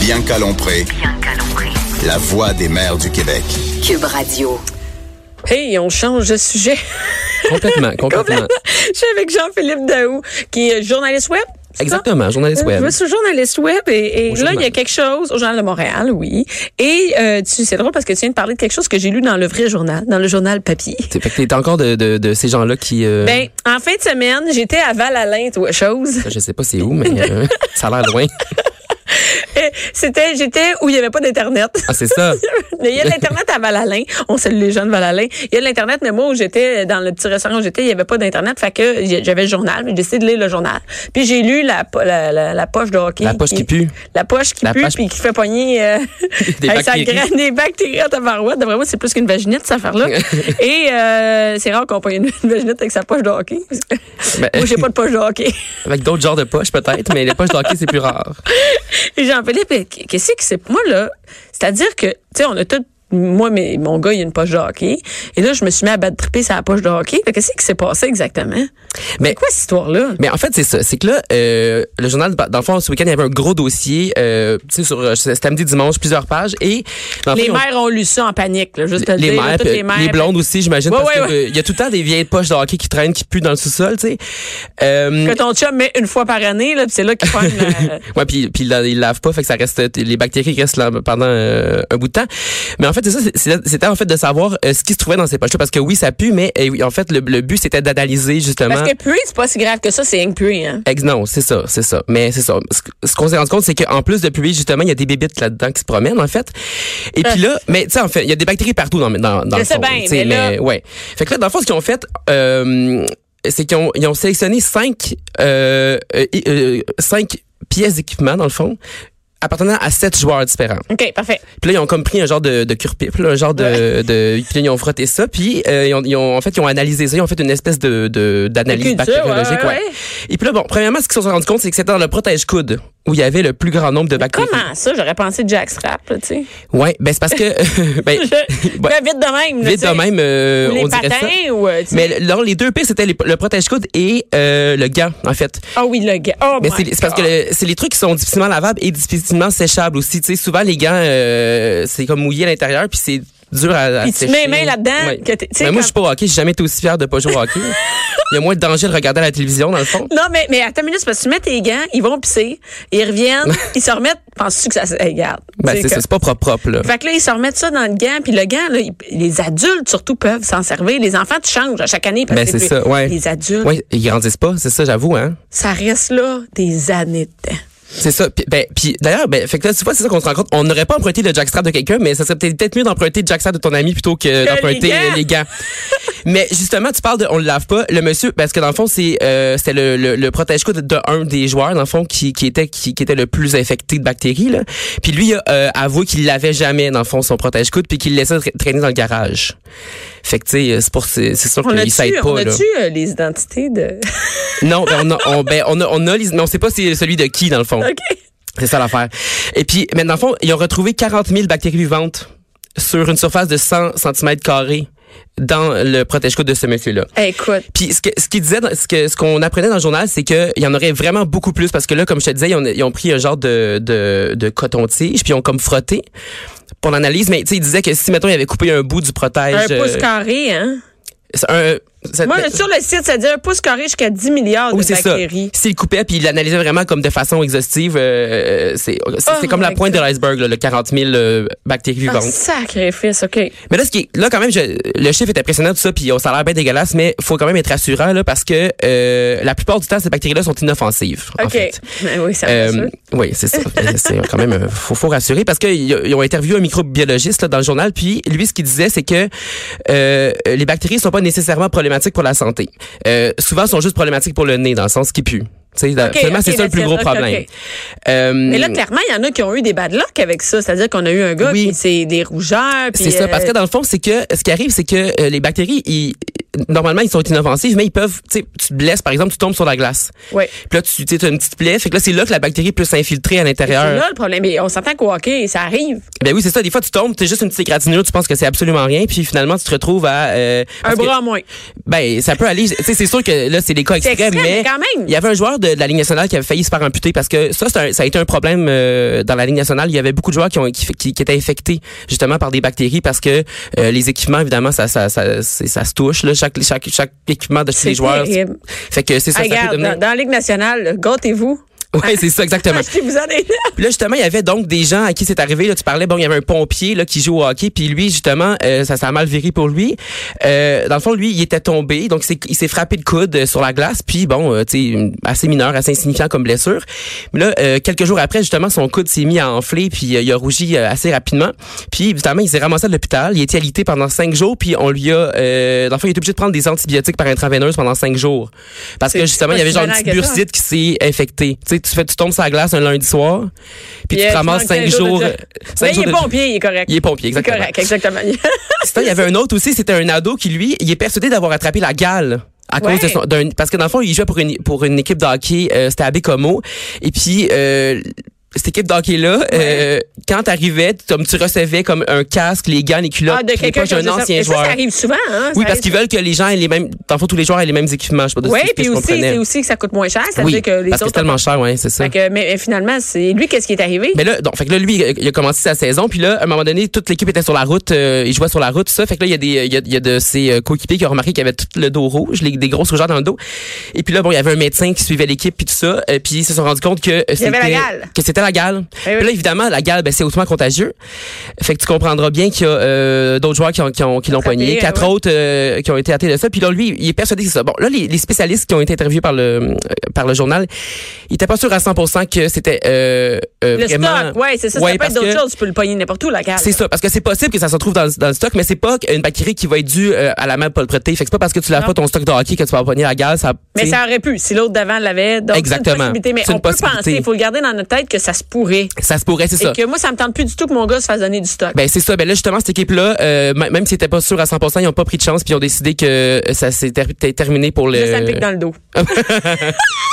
Bien calompré. Bien calompré. La voix des mères du Québec. Cube Radio. Hey, on change de sujet. Complètement, complètement. Je suis avec Jean-Philippe Daou, qui est journaliste web. c'est ça? Exactement, journaliste web. Euh, Je suis journaliste web et, et Au là, il y a journal. quelque chose au Journal de Montréal, oui. Et euh, tu, c'est drôle parce que tu viens de parler de quelque chose que j'ai lu dans le vrai journal, dans le journal papier. T'es- Fait que t'es encore de, de, de ces gens-là qui... euh, Ben, en fin de semaine, j'étais à Val-Alain, tu vois, chose. Je sais pas c'est où, mais euh, ça a l'air loin. Et C'était, j'étais où il n'y avait pas d'Internet. Ah, c'est ça. Mais il y a de l'Internet à Val-Alain. On salue les jeunes Val-Alain. Il y a de l'Internet, mais moi, où j'étais, dans le petit restaurant où j'étais, il n'y avait pas d'Internet. Fait que j'ai- j'avais le journal, mais j'ai décidé de lire le journal. Puis j'ai lu la, po- la, la- la poche de hockey. La poche qui pue. La poche qui La pue, poche- puis qui fait pogner euh, Des avec sa bactéries. graine- des bactéries à tabarouette. D'après moi, c'est plus qu'une vaginette, cette affaire-là. Et euh, c'est rare qu'on pogne une vaginette avec sa poche de hockey. Ben, moi, j'ai pas de poche de hockey. Avec d'autres genres de poches, peut-être, mais les poches d'hockey, c'est plus rare. Et Jean-Philippe, eh, qu'est-ce que c'est? Moi, là, c'est-à-dire que, tu sais, on a tout. Moi, mais mon gars, il a une poche de hockey. Et là, je me suis mis à battre triper sa poche de hockey. Fait que Qu'est-ce qui s'est passé exactement? Mais- C'est quoi cette histoire-là? Mais en fait, c'est ça. C'est que là, euh, le journal, dans le fond, ce week-end, il y avait un gros dossier, euh, tu sais, sur euh, samedi, dimanche, plusieurs pages. Et dans le Les fond, ils ont- mères ont lu ça en panique, là, juste à le les dire, là, mères, toutes puis les mères. les blondes aussi, j'imagine, Ouais, parce ouais, que, ouais. euh, il y a tout le temps des vieilles poches de hockey qui traînent, qui puent dans le sous-sol, tu sais. Euh, Que ton chum met une fois par année, là, puis c'est là qu'il euh, prend la... Ouais, puis puis là, ils lavent pas, fait que ça reste les bactéries restent là pendant euh, un bout de temps. Mais en fait, c'est ça, c'est- c'est- c'était en fait de savoir euh, ce qui se trouvait dans ces poches parce que oui, ça pue, mais euh, oui, en fait, le, le but c'était d'analyser justement. Parce que puer, c'est pas si grave que ça, c'est rien que puer, hein. Ex- non, c'est ça, c'est ça. Mais c'est ça. Ce, que- ce qu'on s'est rendu compte, c'est qu'en plus de puer, justement, il y a des bébites là-dedans qui se promènent, en fait. Et puis là, mais tu sais, en fait, il y a des bactéries partout dans, dans, dans Ah. Je le sais fond, bien, tu sais, mais là- ouais. Fait que là, dans le fond, ce qu'ils ont fait, euh, c'est qu'ils ont, ils ont sélectionné cinq, euh, euh, euh, cinq pièces d'équipement, dans le fond, appartenant à sept joueurs différents. OK, parfait. Puis là, ils ont comme pris un genre de, de cure-pipe, là, un genre de, de... Puis là, ils ont frotté ça, puis euh, ils, ont, ils ont- en fait, ils ont analysé ça, ils ont fait une espèce de de- d'analyse Culture, bactériologique. ouais, ouais, ouais. Et puis là, bon, premièrement, ce qu'ils se sont rendus compte, c'est que c'était dans le protège-coude où il y avait le plus grand nombre de bactéries. Comment ça? J'aurais pensé Jack Strap, là, tu sais. Ouais, ben c'est parce que... ben, Je- ouais, Ben, vite de même, là, vite tu sais. de même, euh, Ou les on dirait patins, ça. ou... euh, tu sais. Mais non, les deux pires, c'était les- le protège-coude et euh, le gant, en fait. Ah oui, le gars. Oh Mais my c'est c'est parce que God. le- c'est les trucs qui sont difficilement lavables et difficilement séchables aussi. Tu sais, souvent les gants, euh, c'est comme mouillé à l'intérieur, puis c'est dur à, à Puis tu sécher. mets les mains là-dedans Ouais. que t'es- tu sais, Mais moi, quand- je suis pas au hockey. J'ai jamais été aussi fier de pas jouer au hockey. Il y a moins de danger de regarder à la télévision, dans le fond. Non, mais, mais attends une minute, c'est parce que tu mets tes gants, ils vont pisser, ils reviennent, ils se remettent. Penses-tu que ça se. Hey, Regarde. Ben, Tu sais c'est que- Ben, ça, c'est pas propre, propre, là. Fait que là, ils se remettent ça dans le gant, puis le gant, là, ils- les adultes surtout peuvent s'en servir. Les enfants, tu changes à chaque année. Parce Ben, que c'est plus- ça, ouais. Les adultes, Ouais, ils grandissent pas, c'est ça, j'avoue, hein. ça reste là des années de temps. C'est ça. Puis, ben, puis d'ailleurs, ben, fait que là, tu vois, c'est ça qu'on se rend compte. On n'aurait pas emprunté le jackstrap de quelqu'un, mais ça serait peut-être peut-être mieux d'emprunter le jackstrap de ton ami plutôt que, Que les d'emprunter gants. euh, les gants. mais justement, tu parles de, on le lave pas. Le monsieur, parce que dans le fond, c'est, euh, c'était le, le, le protège-coude de un des joueurs, dans le fond, qui, qui était, qui, qui était le plus infecté de bactéries, là. Puis lui, il a euh, avoué qu'il l'avait jamais, dans le fond, son protège-coude, puis qu'il le laissait tra- traîner dans le garage. Fait que, tu sais, c'est pour, c'est c'est sûr On qu'il a-tu s'aide on pas, là. a-tu, euh, les identités de. Non, ben, on a, on, ben, on a, on a, les- mais on sait pas c'est celui de qui, dans le fond. OK. C'est ça l'affaire. Et puis, mais dans le fond, ils ont retrouvé 40 000 bactéries vivantes sur une surface de 100 cm dans le protège-coude de ce monsieur-là. Écoute. Puis ce que ce qu'il disait, dans- ce que ce qu'on apprenait dans le journal, c'est que il y en aurait vraiment beaucoup plus parce que là, comme je te disais, ils ont, ils ont pris un genre de de, de coton-tige puis ils ont comme frotté pour l'analyse. Mais tu sais, il disait que si mettons il avait coupé un bout du Un protège, pouce euh, carré, hein? c'est un- ben, ça- Moi, sur le site, ça dit un pouce carré jusqu'à 10 milliards Oui, de c'est ça. bactéries. S'il coupait puis il l'analysait vraiment comme de façon exhaustive, euh, c'est c'est- Oh c'est comme la my pointe God. de l'iceberg, là, le 40 000 euh, bactéries Ah, vivantes. sacrifice, OK. mais là, ce qui est- là quand même, je- le chiffre est impressionnant tout ça, puis on- ça a l'air bien dégueulasse, mais faut quand même être rassurant là parce que euh, la plupart du temps, ces bactéries-là sont inoffensives. en OK. fait. Ben oui, ça me Euh, oui, c'est ça. c'est quand même euh, faut, faut rassurer parce qu'ils ils ont interviewé un microbiologiste là, dans le journal, puis lui ce qu'il disait c'est que euh, les bactéries sont pas nécessairement problématiques pour la santé. Euh, souvent, sont juste problématiques pour le nez dans le sens qui pue. Tu sais, là, OK, finalement, OK, c'est ça le plus d'accord, gros OK, problème. OK. Euh, Mais là, clairement, il y en a qui ont eu des bad luck avec ça. C'est-à-dire qu'on a eu un gars, Oui. qui c'est des rougeurs. puis, C'est ça, euh, parce que dans le fond, c'est que ce qui arrive, c'est que euh, les bactéries, ils, normalement, ils sont inoffensifs, mais ils peuvent, tu sais, tu te blesses, par exemple, tu tombes sur la glace. Oui. Puis là, tu as une petite plaie. Fait que là, c'est là que la bactérie peut s'infiltrer à C'est l'intérieur. là le problème. Mais on s'entend qu'au hockey, ça arrive. Ben oui, c'est ça. Des fois, tu tombes, t'es juste une petite égratignure, tu penses que c'est absolument rien, puis finalement, tu te retrouves à... Un euh, parce que- bras en moins. Ben, ça peut aller. Tu sais, c'est sûr que là, c'est des cas C'est extrêmes, extrême, mais mais quand même. il y avait un joueur de, de la Ligue nationale qui avait failli se faire amputer parce que ça, c'est un- ça a été un problème euh, dans la Ligue nationale. Il y avait beaucoup de joueurs qui, ont, qui, qui- qui étaient infectés justement par des bactéries parce que euh, les équipements, évidemment, ça, ça, ça, c'est- ça se touche. Là. Chaque, chaque, chaque équipement de tous C'est les joueurs. terrible. Fait que c'est ça, Hey, ça regarde, peut devenir... dans, dans la Ligue nationale, gâtez-vous. Ouais, c'est ça, exactement. Achetez-vous en des Puis là, justement, il y avait donc des gens à qui c'est arrivé. Là, tu parlais, bon, il y avait un pompier là, qui joue au hockey, puis lui, justement, euh, ça s'est mal viré pour lui. Euh, dans le fond, lui, il était tombé, donc c'est- il s'est frappé de coude euh, sur la glace, puis bon, euh, tu sais, assez mineur, assez insignifiant comme blessure. Mais là, euh, quelques jours après, justement, son coude s'est mis à enfler, puis euh, il a rougi euh, assez rapidement. Puis, évidemment, il s'est ramassé à l'hôpital. Il a été alité pendant cinq jours, puis on lui a... Euh, dans le fond, il était obligé de prendre des antibiotiques par intraveineuse pendant cinq jours. Parce que, C'est justement, pas il y avait si genre une banal petite que ça. bursite qui s'est infectée. Tu sais, tu fais, tu tombes sur la glace un lundi soir, puis Yeah, tu te tu ramasses manques cinq cinq jours de jours. job. euh, cinq Mais il jours est de- pompier, il est correct. Il est pompier, Il est exactement. correct, exactement. Ah, Sinon, il y avait un autre aussi, c'était un ado qui, lui, il est persuadé d'avoir attrapé la gale. À Ouais. cause de son, d'un- parce que dans le fond, il jouait pour une, pour une équipe de hockey, euh, c'était à Bécomo. Et puis, euh, cette équipe de hockey-là, euh, quand t'arrivais, tu- comme tu recevais comme un casque, les gants, les culottes, Ah, de puis les quelqu'un poches qui d'un a ancien Et ça, joueur. ça arrive souvent, hein? oui, parce qu'ils veulent que les gens aient les mêmes, dans le fond, tous les joueurs aient les mêmes équipements. Je sais pas de Oui, si- si puis je aussi, comprenais. c'est aussi que ça coûte moins cher. Ça veut oui, dire que les parce que c'est autres. tellement cher, ouais, c'est ça. Fait que, mais, mais finalement, c'est lui, qu'est-ce qui est arrivé? Mais là, donc, fait que là, lui, il a commencé sa saison, puis là, à un moment donné, toute l'équipe était sur la route, euh, il jouait sur la route, tout ça. Fait que là, il y a des, il y a, il y a de ses euh, coéquipiers qui ont remarqué qu'il avait tout le dos rouge, les- des grosses rougeurs dans le dos. Et puis là, bon, il y avait un médecin qui suivait l'équipe, puis tout ça, euh, puis ils se sont rendus compte que euh, y avait la c'était- gale. que c'était la gale. Eh oui. Puis là, évidemment, la gale, ben, c'est hautement contagieux. Fait que tu comprendras bien qu'il y a euh, d'autres joueurs qui ont, qui ont, qui l'ont Attrapé, pogné, euh, quatre ouais. autres euh, qui ont été atteints de ça. Puis là, lui, il est persuadé que c'est ça. Bon, là, les, les spécialistes qui ont été interviewés par le, euh, par le journal, ils étaient pas sûrs à 100% que c'était euh, euh, Le vraiment- stock, oui, c'est ça. Ouais, ça peut parce être d'autres que- choses. Tu peux le pogner n'importe où, la cale. C'est ça, parce que c'est possible que ça se retrouve dans, le- dans le stock, mais c'est pas une bactérie qui va être due euh, à la main propreté. Fait que c'est pas parce que tu laves Non. pas ton stock de hockey que tu vas empoigner la gaz. Ça, Mais t'sais. ça aurait pu, si l'autre d'avant l'avait. Donc, Exactement. C'est une possibilité. Mais C'est une on peut possibilité. penser, il faut le garder dans notre tête que ça se pourrait. Ça se pourrait, c'est Et ça. que moi, ça me tente plus du tout que mon gars se fasse donner du stock. Ben c'est ça. Ben là justement cette équipe là, même s'ils étaient pas sûrs à 100%, ils ont pas pris de chance puis ils ont décidé que euh, ça s'était terminé pour le. Là, ça me pique dans le dos.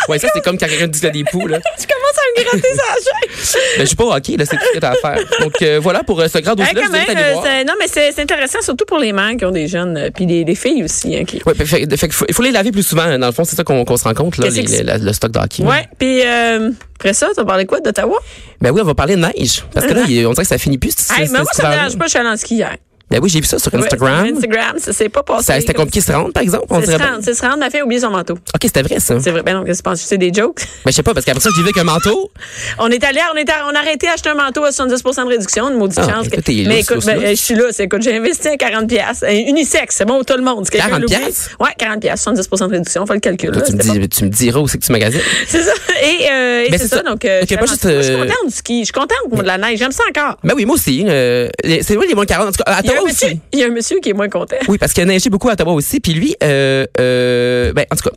ouais ça c'est comme quand quelqu'un dit que t'as des poux là. tu commences à me gratter sa chaîne. Ben je suis pas hockey là c'est tout ce que t'as à faire. Donc euh, voilà pour euh, ce grand dossier Hey, là. quand même, euh, c'est- non, mais c'est c'est intéressant, surtout pour les mères qui ont des jeunes, euh, puis des, des filles aussi. Hein, qui... Ouais, ben, fait, fait que faut- il faut les laver plus souvent. hein. Dans le fond, c'est ça qu'on qu'on se rend compte, là, Qu'est-ce les- que c'est? les- la- le stock de hockey. Ouais, puis euh, après ça, tu as parlé quoi d'Ottawa? Ben oui, on va parler de neige. Parce que là, il- on dirait que ça finit plus. ce- Hein? Hey, ce- mais moi, cet ça me hiver-là. dérange pas, je suis allée en ski hier. Ben oui, j'ai vu ça sur Ouais, Instagram. sur Instagram, ça s'est pas passé. Ça- C'était compliqué de se rendre, par exemple. On C'est se dirait pas- rendre, c'est se rendre, ma fille a oublié son manteau. OK, c'était vrai, ça. C'est vrai, ben non, qu'est-ce que tu penses? C'est des jokes. Ben, je sais pas, parce qu'après ça, j'y vais avec un manteau. On est allé, on est à- on a arrêté d'acheter un manteau à 70 de réduction, une maudite Ah, chance. écoute, t'es mais lousse, écoute, lousse, ben, lousse. je suis là, c'est écoute, j'ai investi un 40 pièces, unisex, c'est bon tout le monde. Si quelqu'un 40 l'oublie- piastres? Ouais, 40 pièces, 70 de réduction, fait le calcul. Toi, là, tu, me c'était dis, tu me diras où c'est que tu magasines. pas- C'est ça. Et, euh, et Ben, c'est c'est ça, ça. donc euh, Ok, je pas suis juste, vraiment- moi, je suis euh, contente du ski, je suis contente moi, de la neige, j'aime ça encore. Ben oui, moi aussi. euh, les- c'est vrai, les moins 40. En tout cas, à Il y, a Ottawa un monsieur, aussi. il y a un monsieur qui est moins content. Oui, parce qu'il a neigé beaucoup à Ottawa aussi. Puis lui, euh, euh, ben, en tout cas,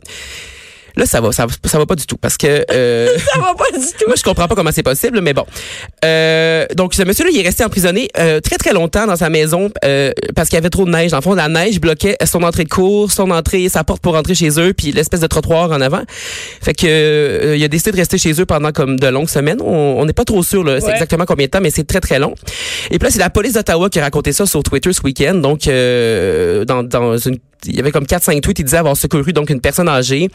là, ça va, ça, va- ça va pas du tout. Parce que... euh, Ça va pas du tout. Moi, je comprends pas comment c'est possible, mais bon. Euh, donc, ce monsieur-là, il est resté emprisonné euh, très, très longtemps dans sa maison euh, parce qu'il y avait trop de neige. Dans le fond, la neige bloquait son entrée de cours, son entrée, sa porte pour rentrer chez eux, puis l'espèce de trottoir en avant. Fait que euh, il a décidé de rester chez eux pendant comme de longues semaines. On on n'est pas trop sûr, là, c'est Ouais. exactement combien de temps, mais c'est très, très long. Et puis là, c'est la police d'Ottawa qui a raconté ça sur Twitter ce week-end. Donc, euh, dans, dans une il y avait comme 4-5 tweets, ils disaient avoir secouru donc une personne âgée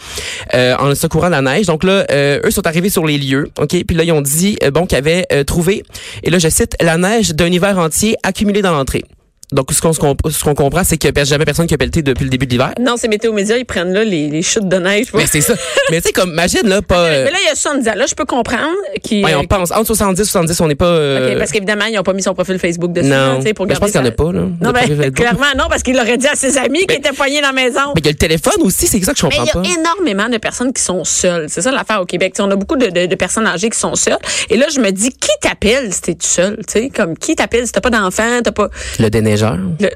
euh, en secourant de la neige. Donc là, euh, eux sont arrivés sur les lieux, OK? Puis là, ils ont dit, euh, bon, qu'ils avaient euh, trouvé, et là, je cite, la neige d'un hiver entier accumulée dans l'entrée. Donc, ce qu'on ce qu'on- ce qu'on comprend, c'est qu'il n'y a jamais personne qui a pelleté depuis le début de l'hiver. Non, c'est météo média, ils prennent là les, les chutes de neige. pour- Mais Ben, c'est ça. Mais tu sais, comme, imagine, là, pas... euh, Mais là, il y a 70 ans. Là, je peux comprendre qu'il. ouais, on pense, entre 70 70, on n'est pas... euh, OK, parce qu'évidemment, ils n'ont pas mis son profil Facebook dessus. là, non, tu sais, pour Ben, je pense qu'il n'y en garder a pas, là. de Non, profil ben, Facebook. clairement, non, parce qu'il l'aurait dit à ses amis qui Mais- étaient poignés dans la maison. Mais il y a le téléphone aussi, c'est ça que je Mais comprends il y pas. a énormément de personnes qui sont seules. C'est ça l'affaire au Québec. Tu sais, on a beaucoup de, de- de personnes âgées qui sont seules. Et là, je me dis, qui t'appelle si t'es tout seul? Tu sais, comme, qui t'appelle si t'as pas d'enfant, t'as pas... Le déneigeur. Le-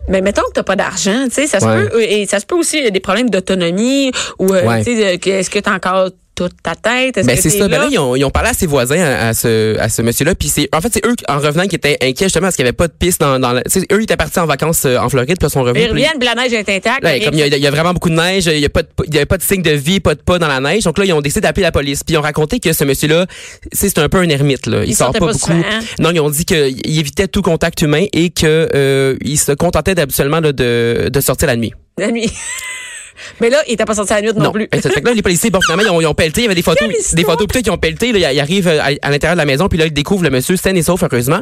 mais mettons que t'as pas d'argent, tu sais, ça se Ouais. peut, et ça se peut aussi il y a des problèmes d'autonomie ou, euh, Ouais. tu sais, euh, que- est-ce que t'as encore toute ta tête? Est-ce Ben que c'est t'es ça. Ben là? là, ils ont, ils ont parlé à ses voisins, à, à ce, à ce monsieur-là. Puis c'est, en fait, c'est eux qui- en revenant qui étaient inquiets justement parce qu'il n'y avait pas de piste dans, dans la- tu sais, eux ils étaient partis en vacances euh, en Floride puis ils sont revenus. Ils puis là, reviennent, puis la neige est intacte. Là, rien comme il y, a, il y a vraiment beaucoup de neige, il n'y a, pas de- il y a pas de signe de vie, pas de pas dans la neige. Donc là, ils ont décidé d'appeler la police. Puis ils ont raconté que ce monsieur-là, c'est c'est un peu un ermite. Là. Il, Il sort sortait pas, pas beaucoup. souvent, hein? Non, ils ont dit qu'il évitait tout contact humain et que euh, il se contentait d'habituellement là, de, de sortir la nuit. La nuit. Mais là, il t'a pas sorti à la nuit non, plus. Fait que là, les policiers, bon, finalement, ils ont, ils ont pelleté. Il y avait des photos, Quelle histoire! des photos peut-être qu'ils ont pelleté. Là, ils arrivent euh, à, à l'intérieur de la maison, puis là, ils découvrent le monsieur sain et sauf, heureusement.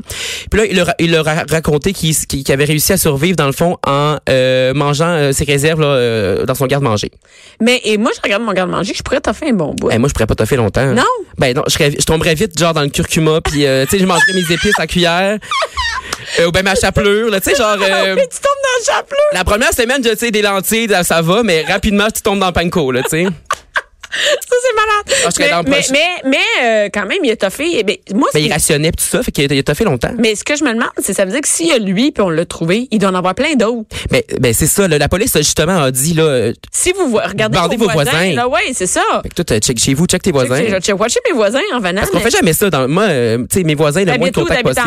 Puis là, il leur, il leur a raconté qu'il s- qu'il- qu'il avait réussi à survivre, dans le fond, en euh, mangeant euh, ses réserves là, euh, dans son garde-manger. Mais et moi, je regarde mon garde-manger, je pourrais t'offrir un bon bout. Eh, moi, je pourrais pas toffer longtemps. Non? Ben non, je, serais- je tomberais vite, genre, dans le curcuma, puis, euh, tu sais, je mangerais mes épices à cuillère. Euh, ou ben ma chapelure, là, tu sais, genre... euh, Mais tu tombes dans le chapelure. la première semaine, je sais, des lentilles, ça- ça va, mais rapidement, tu tombes dans le panko, là, tu sais. Ça, c'est malade. Ah, je serais mais, dans le mais, poche. mais, mais, euh, quand même, il a toffé. Eh ben, moi, Ben, c'est- il rationnait, pis tout ça, fait qu'il a- il a toffé longtemps. mais ce que je me demande, c'est ça veut dire que s'il y a lui puis on l'a trouvé, il doit en avoir plein d'autres. Ben, ben c'est ça. là. la police justement a dit là, euh, Si vous vo- regardez Bandez vos, vos voisins, voisins. là, ouais, c'est ça. fait que toi, euh, check chez vous, check tes voisins. J'ai j'ai watché mes voisins en venant. Parce qu'on Ah, mais- fait jamais ça. Dans, moi, euh, tu sais, mes voisins le moins de T'habites où? contact T'habites en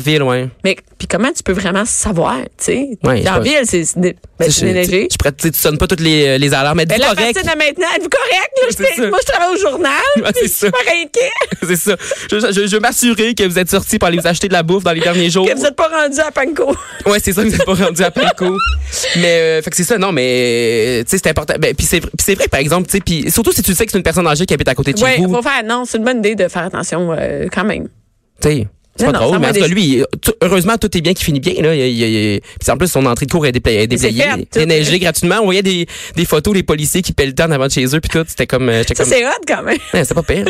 possible. ville, toi? ouais. Mais puis comment tu peux vraiment savoir, tu sais? Ouais, Dans la je- ville, c'est c'est dé- ben, Tu c'est sais, je- déneigé. je- je prête- tu sais, tu sonnes pas toutes les, euh, les alarmes. Mais Ben, dis la correct. personne à maintenant, êtes-vous correct? Là, Ouais, c'est Je fais- ça. moi, je travaille au journal. Ouais, puis je c'est suis ça. Oh. super inquiet c'est ça. Je, je, je veux m'assurer que vous êtes sortis pour aller vous acheter de la bouffe dans les derniers jours. que vous n'êtes pas rendu à Panko. Ouais, c'est ça, vous n'êtes pas rendu à Panko. mais euh, fait que c'est ça, non, mais euh, tu sais, c'est important. Ben, puis c'est vrai- puis c'est vrai, par exemple, tu sais, puis surtout si tu sais que c'est une personne âgée qui habite à côté de chez Oui, vous. faut faire. Non, c'est une bonne idée de faire attention euh, quand même. Tu sais, c'est Non, pas non, ça drôle, mais en va tout cas, des- lui, il- tout- heureusement, tout est bien qui finit bien. Là. Il, il- il- puis en plus, son entrée de cours est dépla- est c'est déblayée, fait, tout. déneigée gratuitement. On voyait des, des photos des policiers qui pèlent le temps avant de chez eux, puis tout. C'était comme. euh, j'étais Ça, comme, c'est hot quand même. Ouais, c'est pas pire.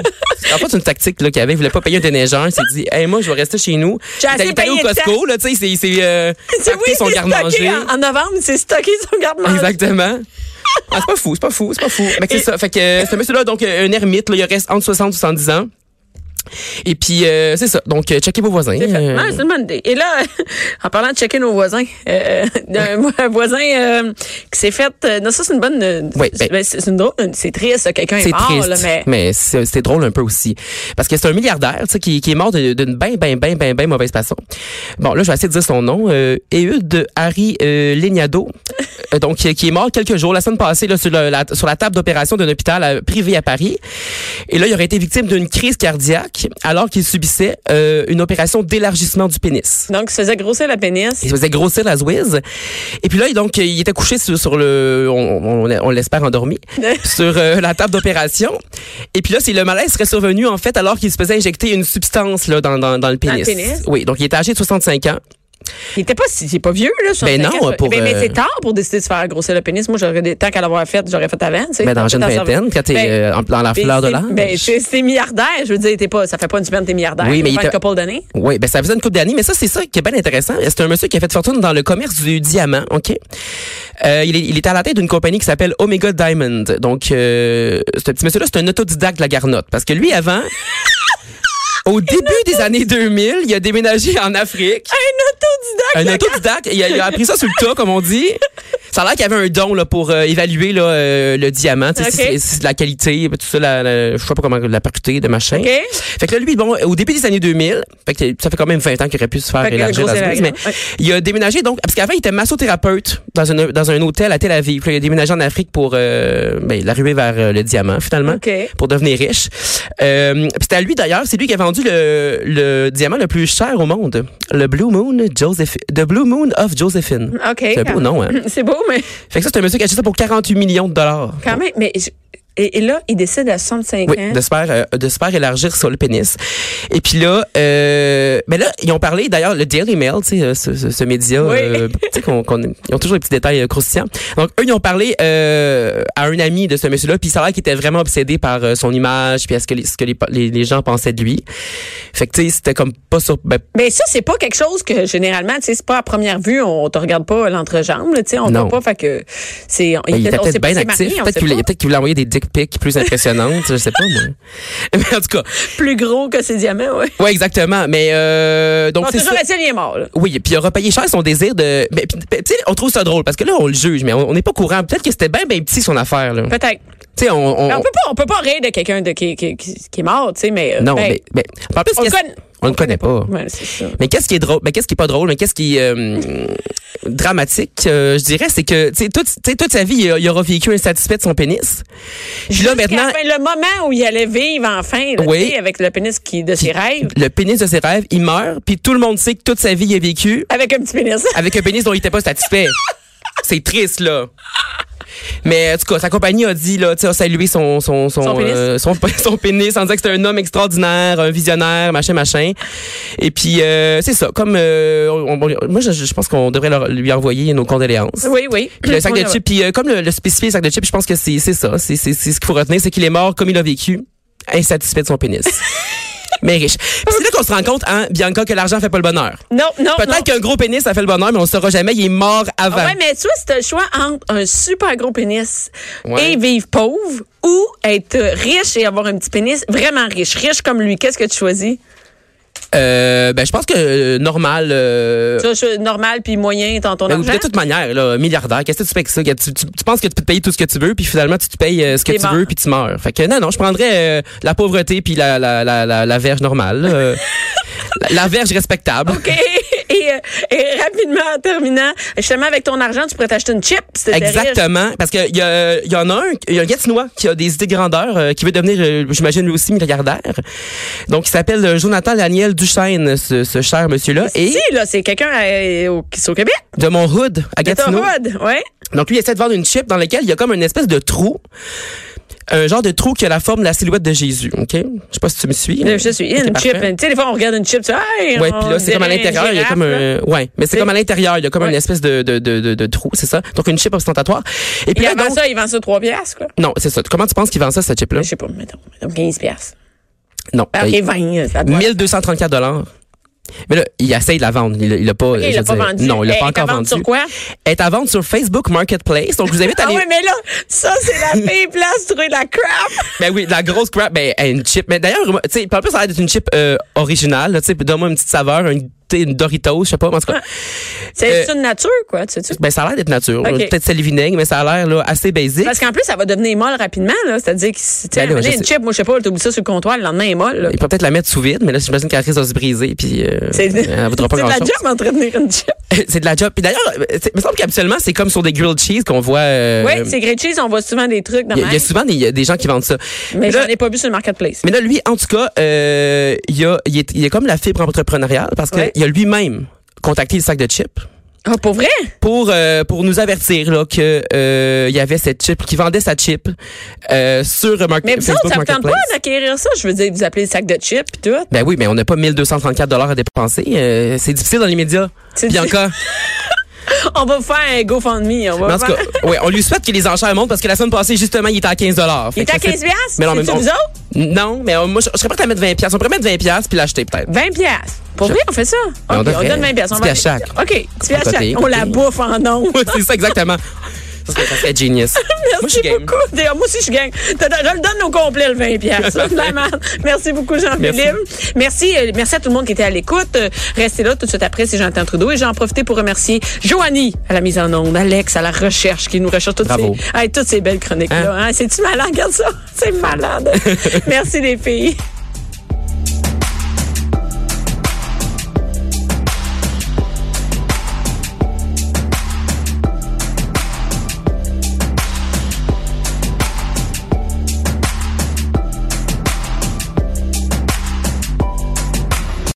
en fait, c'est une tactique là, qu'il avait. Il voulait pas payer un déneigeur. Il s'est dit, hey, moi, je vais rester chez nous. J'ai assez Il est allé au payé de Costco, là, tu sais, il s'est- il s'est euh, C'est- acheté son c'est garde-manger. stocké En, en novembre, c'est stocké son garde-manger. Exactement. Ah, c'est pas fou, c'est pas fou, c'est pas fou. Fait que c'est ça. Fait que euh, ce monsieur-là, donc, euh, un ermite, là, il reste entre 60 et 70 ans. Et puis, euh, c'est ça. Donc, euh, checkez vos voisins. C'est fait. Euh, Non, c'est une bonne idée. Et là, en parlant de checker nos voisins, euh, d'un vo- un voisin euh, qui s'est fait. euh, non, ça, c'est une bonne. euh, Oui, c'est- ben- ben, c'est une drôle. C'est triste, quelqu'un est, C'est mort, triste, là, mais. c'est c'est drôle un peu aussi. Parce que c'est un milliardaire tu sais, qui, qui est mort de- d'une ben, ben, ben, ben, ben mauvaise façon. Bon, là, je vais essayer de dire son nom. Euh, Ehud Harry euh, Legnado, euh, donc, qui, qui est mort quelques jours, la semaine passée, là, sur, le- la, sur la table d'opération d'un hôpital euh, privé à Paris. Et là, il aurait été victime d'une crise cardiaque alors qu'il subissait euh, une opération d'élargissement du pénis. Donc, il se faisait grossir la pénis. Il se faisait grossir la zouise. Et puis là, il- donc, il était couché sur, sur le, on, on- on l'espère endormi, sur euh, la table d'opération. Et puis là, c'est le malaise serait survenu, en fait, alors qu'il se faisait injecter une substance, là, dans, dans, dans le pénis. pénis? Oui. Donc, il était âgé de 65 ans. Il était pas, si- il est pas vieux, là. 65 Ben non, ans. pour, Ben, mais euh, c'est tard pour décider de se faire grossir le pénis. Moi, j'aurais des- tant qu'à l'avoir fait, j'aurais fait avant, tu sais. Ben, dans la jeune Tant qu'à vingtaine, savoir. quand t'es Ben, euh, en- dans la ben, fleur de c'est- l'âge. Ben, c'est c'est milliardaire. Je veux dire, t'es pas, ça fait pas une semaine que t'es milliardaire. Oui, mais il il fait un t'a- couple d'années. Oui, ben ça faisait une coupe d'années, mais ça, c'est ça qui est bien intéressant. C'est un monsieur qui a fait fortune dans le commerce du diamant, OK? Euh, il, est, il est à la tête d'une compagnie qui s'appelle Omega Diamond. Donc, euh, ce petit monsieur-là, c'est un autodidacte de la garnotte. Parce que lui, avant, au début des années 2000, il a déménagé en Afrique. Un autodidacte. Un la autodidacte, il a, il a appris ça sur le tas, comme on dit. Ça a l'air qu'il y avait un don là, pour euh, évaluer là, euh, le diamant, tu sais, OK. si c'est- si c'est de la qualité, tout ça, la, la- je sais pas comment, la parcuter, de machin. OK. Fait que là, lui, bon, au début des années 2000, fait que ça fait quand même 20 ans qu'il aurait pu se faire Fait que élargir gros, la c'est zone, la- mais ouais. il a déménagé, donc, parce qu'avant, il était massothérapeute dans, une, dans un hôtel à Tel Aviv. Puis là, il a déménagé en Afrique pour euh, ben, l'arriver vers euh, le diamant, finalement, OK. pour devenir riche. Euh, puis c'est à lui, d'ailleurs, c'est lui qui a vendu le, le diamant le plus cher au monde, le Blue Moon Joseph, The Blue Moon of Josephine. OK. C'est un beau nom, hein? C'est beau, mais Fait que ça, c'est un monsieur qui a acheté ça pour 48 millions de dollars. quand même. Mais je- et, et là, il décide à 65 Oui, ans. de se faire euh, de se faire élargir sur le pénis. Et puis là, euh, ben là, ils ont parlé d'ailleurs le Daily Mail, tu sais, euh, ce, ce- ce média, Oui. euh, tu sais, qu'on, qu'on- ils ont toujours les petits détails euh, croustillants. Donc eux, ils ont parlé euh, à un ami de ce monsieur-là, puis ça a l'air qu'il était vraiment obsédé par euh, son image, puis à ce que les, ce que les, les- les gens pensaient de lui. Fait que tu sais, c'était comme pas sur. ben, Mais ça, c'est pas quelque chose que généralement, tu sais, c'est pas à première vue, on te regarde pas l'entrejambe, là, tu sais, on Non. voit pas, fait que c'est. Ben, il était on sait peut-être pas bien s'il est marié, actif. on Peut-être sait qu'il voulait, pas. peut-être qu'il voulait envoyer des dick pics plus impressionnantes. je sais pas, moi. Mais en tout cas, plus gros que ses diamants, oui. ouais, exactement. Mais euh, donc On c'est toujours ça. resté, il est mort, là. Oui, puis il aura payé cher son désir de. Mais, puis, tu sais, on trouve ça drôle parce que là, on le juge, mais on on n'est pas courant. Peut-être que c'était bien, bien petit son affaire. Là. Peut-être. Tu sais, on, on- Mais on peut pas, on peut pas rire de quelqu'un de qui, qui, qui, qui est mort, tu sais, mais euh, non, ben, mais, ben, en plus, on le qu'est-ce- conna- on le connaît pas. Ouais, c'est ça. Mais qu'est-ce qui est drôle, mais qu'est-ce qui est pas drôle, mais qu'est-ce qui est euh, dramatique, euh, je dirais, c'est que tu sais, toute, tu sais, toute sa vie, il, a- il aura vécu insatisfait de son pénis. Puis là Jusqu'à maintenant, la fin, le moment où il allait vivre enfin, là, Oui. tu sais, avec le pénis qui de ses rêves, le pénis de ses rêves, il meurt, puis tout le monde sait que toute sa vie il a vécu avec un petit pénis. avec un pénis dont il était pas satisfait. c'est triste là. Mais en tout cas, sa compagnie a dit là, tu sais, a salué son son son Son pénis. son, son pénis en disant que c'était un homme extraordinaire, un visionnaire, machin machin. Et puis euh, c'est ça, comme euh, on- on- moi je, je pense qu'on devrait leur- lui envoyer nos condoléances. Oui, oui. Puis Ah, le sac On de a- chips, puis euh, comme le, le spécifié sac de chips, je pense que c'est c'est ça, c'est c'est c'est ce qu'il faut retenir, c'est qu'il est mort comme il a vécu, insatisfait de son pénis. mais riche. Puis c'est là qu'on se rend compte, hein, Bianca, que l'argent fait pas le bonheur. Non, non. non. Peut-être qu'un gros pénis, ça fait le bonheur, mais on ne saura jamais, il est mort avant. Ouais, mais tu vois, c'est le choix entre un super gros pénis Ouais. et vivre pauvre ou être riche et avoir un petit pénis vraiment riche. Riche comme lui, qu'est-ce que tu choisis? Euh, ben, je pense que euh, normal. Euh, Tu vois, je- normal puis moyen dans ton ben, argent? de toute manière, là, milliardaire, qu'est-ce que tu fais avec ça? Que Tu, tu- tu penses que tu peux te payer tout ce que tu veux, puis finalement, tu te payes euh, ce que T'es tu mort. veux, puis tu meurs. Fait que non, non, je prendrais euh, la pauvreté, puis la, la, la, la, la verge normale. là. Euh, la, la verge respectable. OK. Et, euh, et rapidement, en terminant, justement, avec ton argent, tu pourrais t'acheter une chip si t'étais riche. Exactement, parce que il y, a- il y en a un, il y a un Gatinois qui a des idées de grandeur, euh, qui veut devenir, euh, j'imagine lui aussi milliardaire. Donc il s'appelle euh, Jonathan Daniel Duchesne, ce, ce cher monsieur-là, et Si, là, c'est quelqu'un à- au- qui est au Québec. de mon hood à C'est un Gatineau. road, ouais. Donc lui il essaie de vendre une chip dans laquelle il y a comme une espèce de trou, un genre de trou qui a la forme de la silhouette de Jésus. Ok, je sais pas si tu me suis. Là, Je suis Ok, une parfait. chip. Tu sais, des fois, on regarde une chip, tu sais, hey, Ouais, on puis là c'est comme à dirait une l'intérieur, il y a girafe, comme là. un, ouais, mais c'est C'est- comme à l'intérieur, il y a comme Ouais. une espèce de de, de, de, de trou, c'est ça. Donc une chip ostentatoire. Et puis Puis là, avant donc- ça, il vend ça 3 piastres, quoi. non, c'est ça. Comment tu penses qu'il vend ça cette chip là Je sais pas, mettons, mettons 15 piastres. Non. Ah, euh, OK, 20, ça doit être. 1234 dollars. Mais là, il essaye de la vendre. Il, il l'a pas. il je l'a veux pas dire, vendue. Non, il l'a Elle pas est à encore vendre vendue. sur quoi? Elle est à vendre sur Facebook Marketplace. Donc, je vous invite à Ah aller. ouais, mais là, ça, c'est la pire place de trouver de la crap. Ben oui, de la grosse crap. Ben, elle a une chip. Mais d'ailleurs, moi, tu sais, en plus, ça a l'air d'être une chip euh, originale. là, Tu sais, donne-moi une petite saveur, une, tu sais, une Doritos, je sais pas. mais En tout cas, C'est Euh, une nature, quoi, tu sais-tu? ben, ça a l'air d'être nature. Ok. Peut-être c'est le vinaigre, mais ça a l'air là, assez basique. Parce qu'en plus, ça va devenir molle rapidement, là. C'est-à-dire que si tu Ben là, as je une sais. chip, moi, je sais pas, t'oublies ça sur le comptoir, le lendemain, elle est molle, là. Il peut peut-être la mettre sous vide, mais là, j'imagine qu'elle risque de se briser. Puis, euh, C'est c'est elle de vaudra pas la grand-chose. job entretenir une chip. c'est de la job. Puis d'ailleurs, euh, c'est- il me semble qu'habituellement, c'est comme sur des grilled cheese qu'on voit. euh, Oui, c'est great cheese, on voit souvent des trucs dans Il y, a- il ma y a souvent des, il y a des gens qui vendent ça. Mais là, j'en ai pas vu sur le marketplace. mais là, lui, en tout cas, euh, il y a, il est, il est comme la fibre entrepreneuriale parce qu'il Ouais. a lui-même contacté le sac de chips Ah, pour vrai? pour euh, pour nous avertir là que euh, il y avait cette chip qui vendait sa chip euh, sur euh, Mar- Mais vous autres, Facebook ça vous tente pas Marketplace. d'acquérir ça? Je veux dire, vous appelez le sac de chips pis tout. Ben oui, mais on n'a pas 1234 dollars à dépenser. Euh, c'est difficile dans les médias. C'est Bianca. On va vous faire un GoFundMe. On Mais va en vous tout faire... cas, ouais, on lui souhaite que les enchères montent parce que la semaine passée, justement, il était à 15 dollars. Il est à 15 piastres? Mais non, mais C'est-tu on- vous autres? Non, mais euh, moi, je je serais prêt à mettre 20 piastres. On pourrait mettre 20 piastres puis l'acheter peut-être. 20 piastres. Pour vrai, on fait ça? Mais on OK, on, devrait. donne 20 piastres. On Petit va- à chaque. OK, tu fais à Côté, chaque. On côté. la bouffe en ondes. Ouais, c'est ça, exactement. Ça serait, ça serait genius. Moi, je Merci suis game. beaucoup. D'ailleurs, moi aussi, je gagne. Je le donne au complet, le 20 piastres. Vraiment. Merci beaucoup, Jean-Philippe. Merci. euh, Merci à tout le monde qui était à l'écoute. Euh, Restez là tout de suite après, c'est Jonathan Trudeau. Et j'en profite pour remercier Joanie à la mise en onde, Alex à la recherche, qui nous recherche toutes, ces, hein. Bravo. hey, toutes ces belles chroniques-là. hein. C'est-tu malade? Regarde ça. C'est malade. Merci, les filles.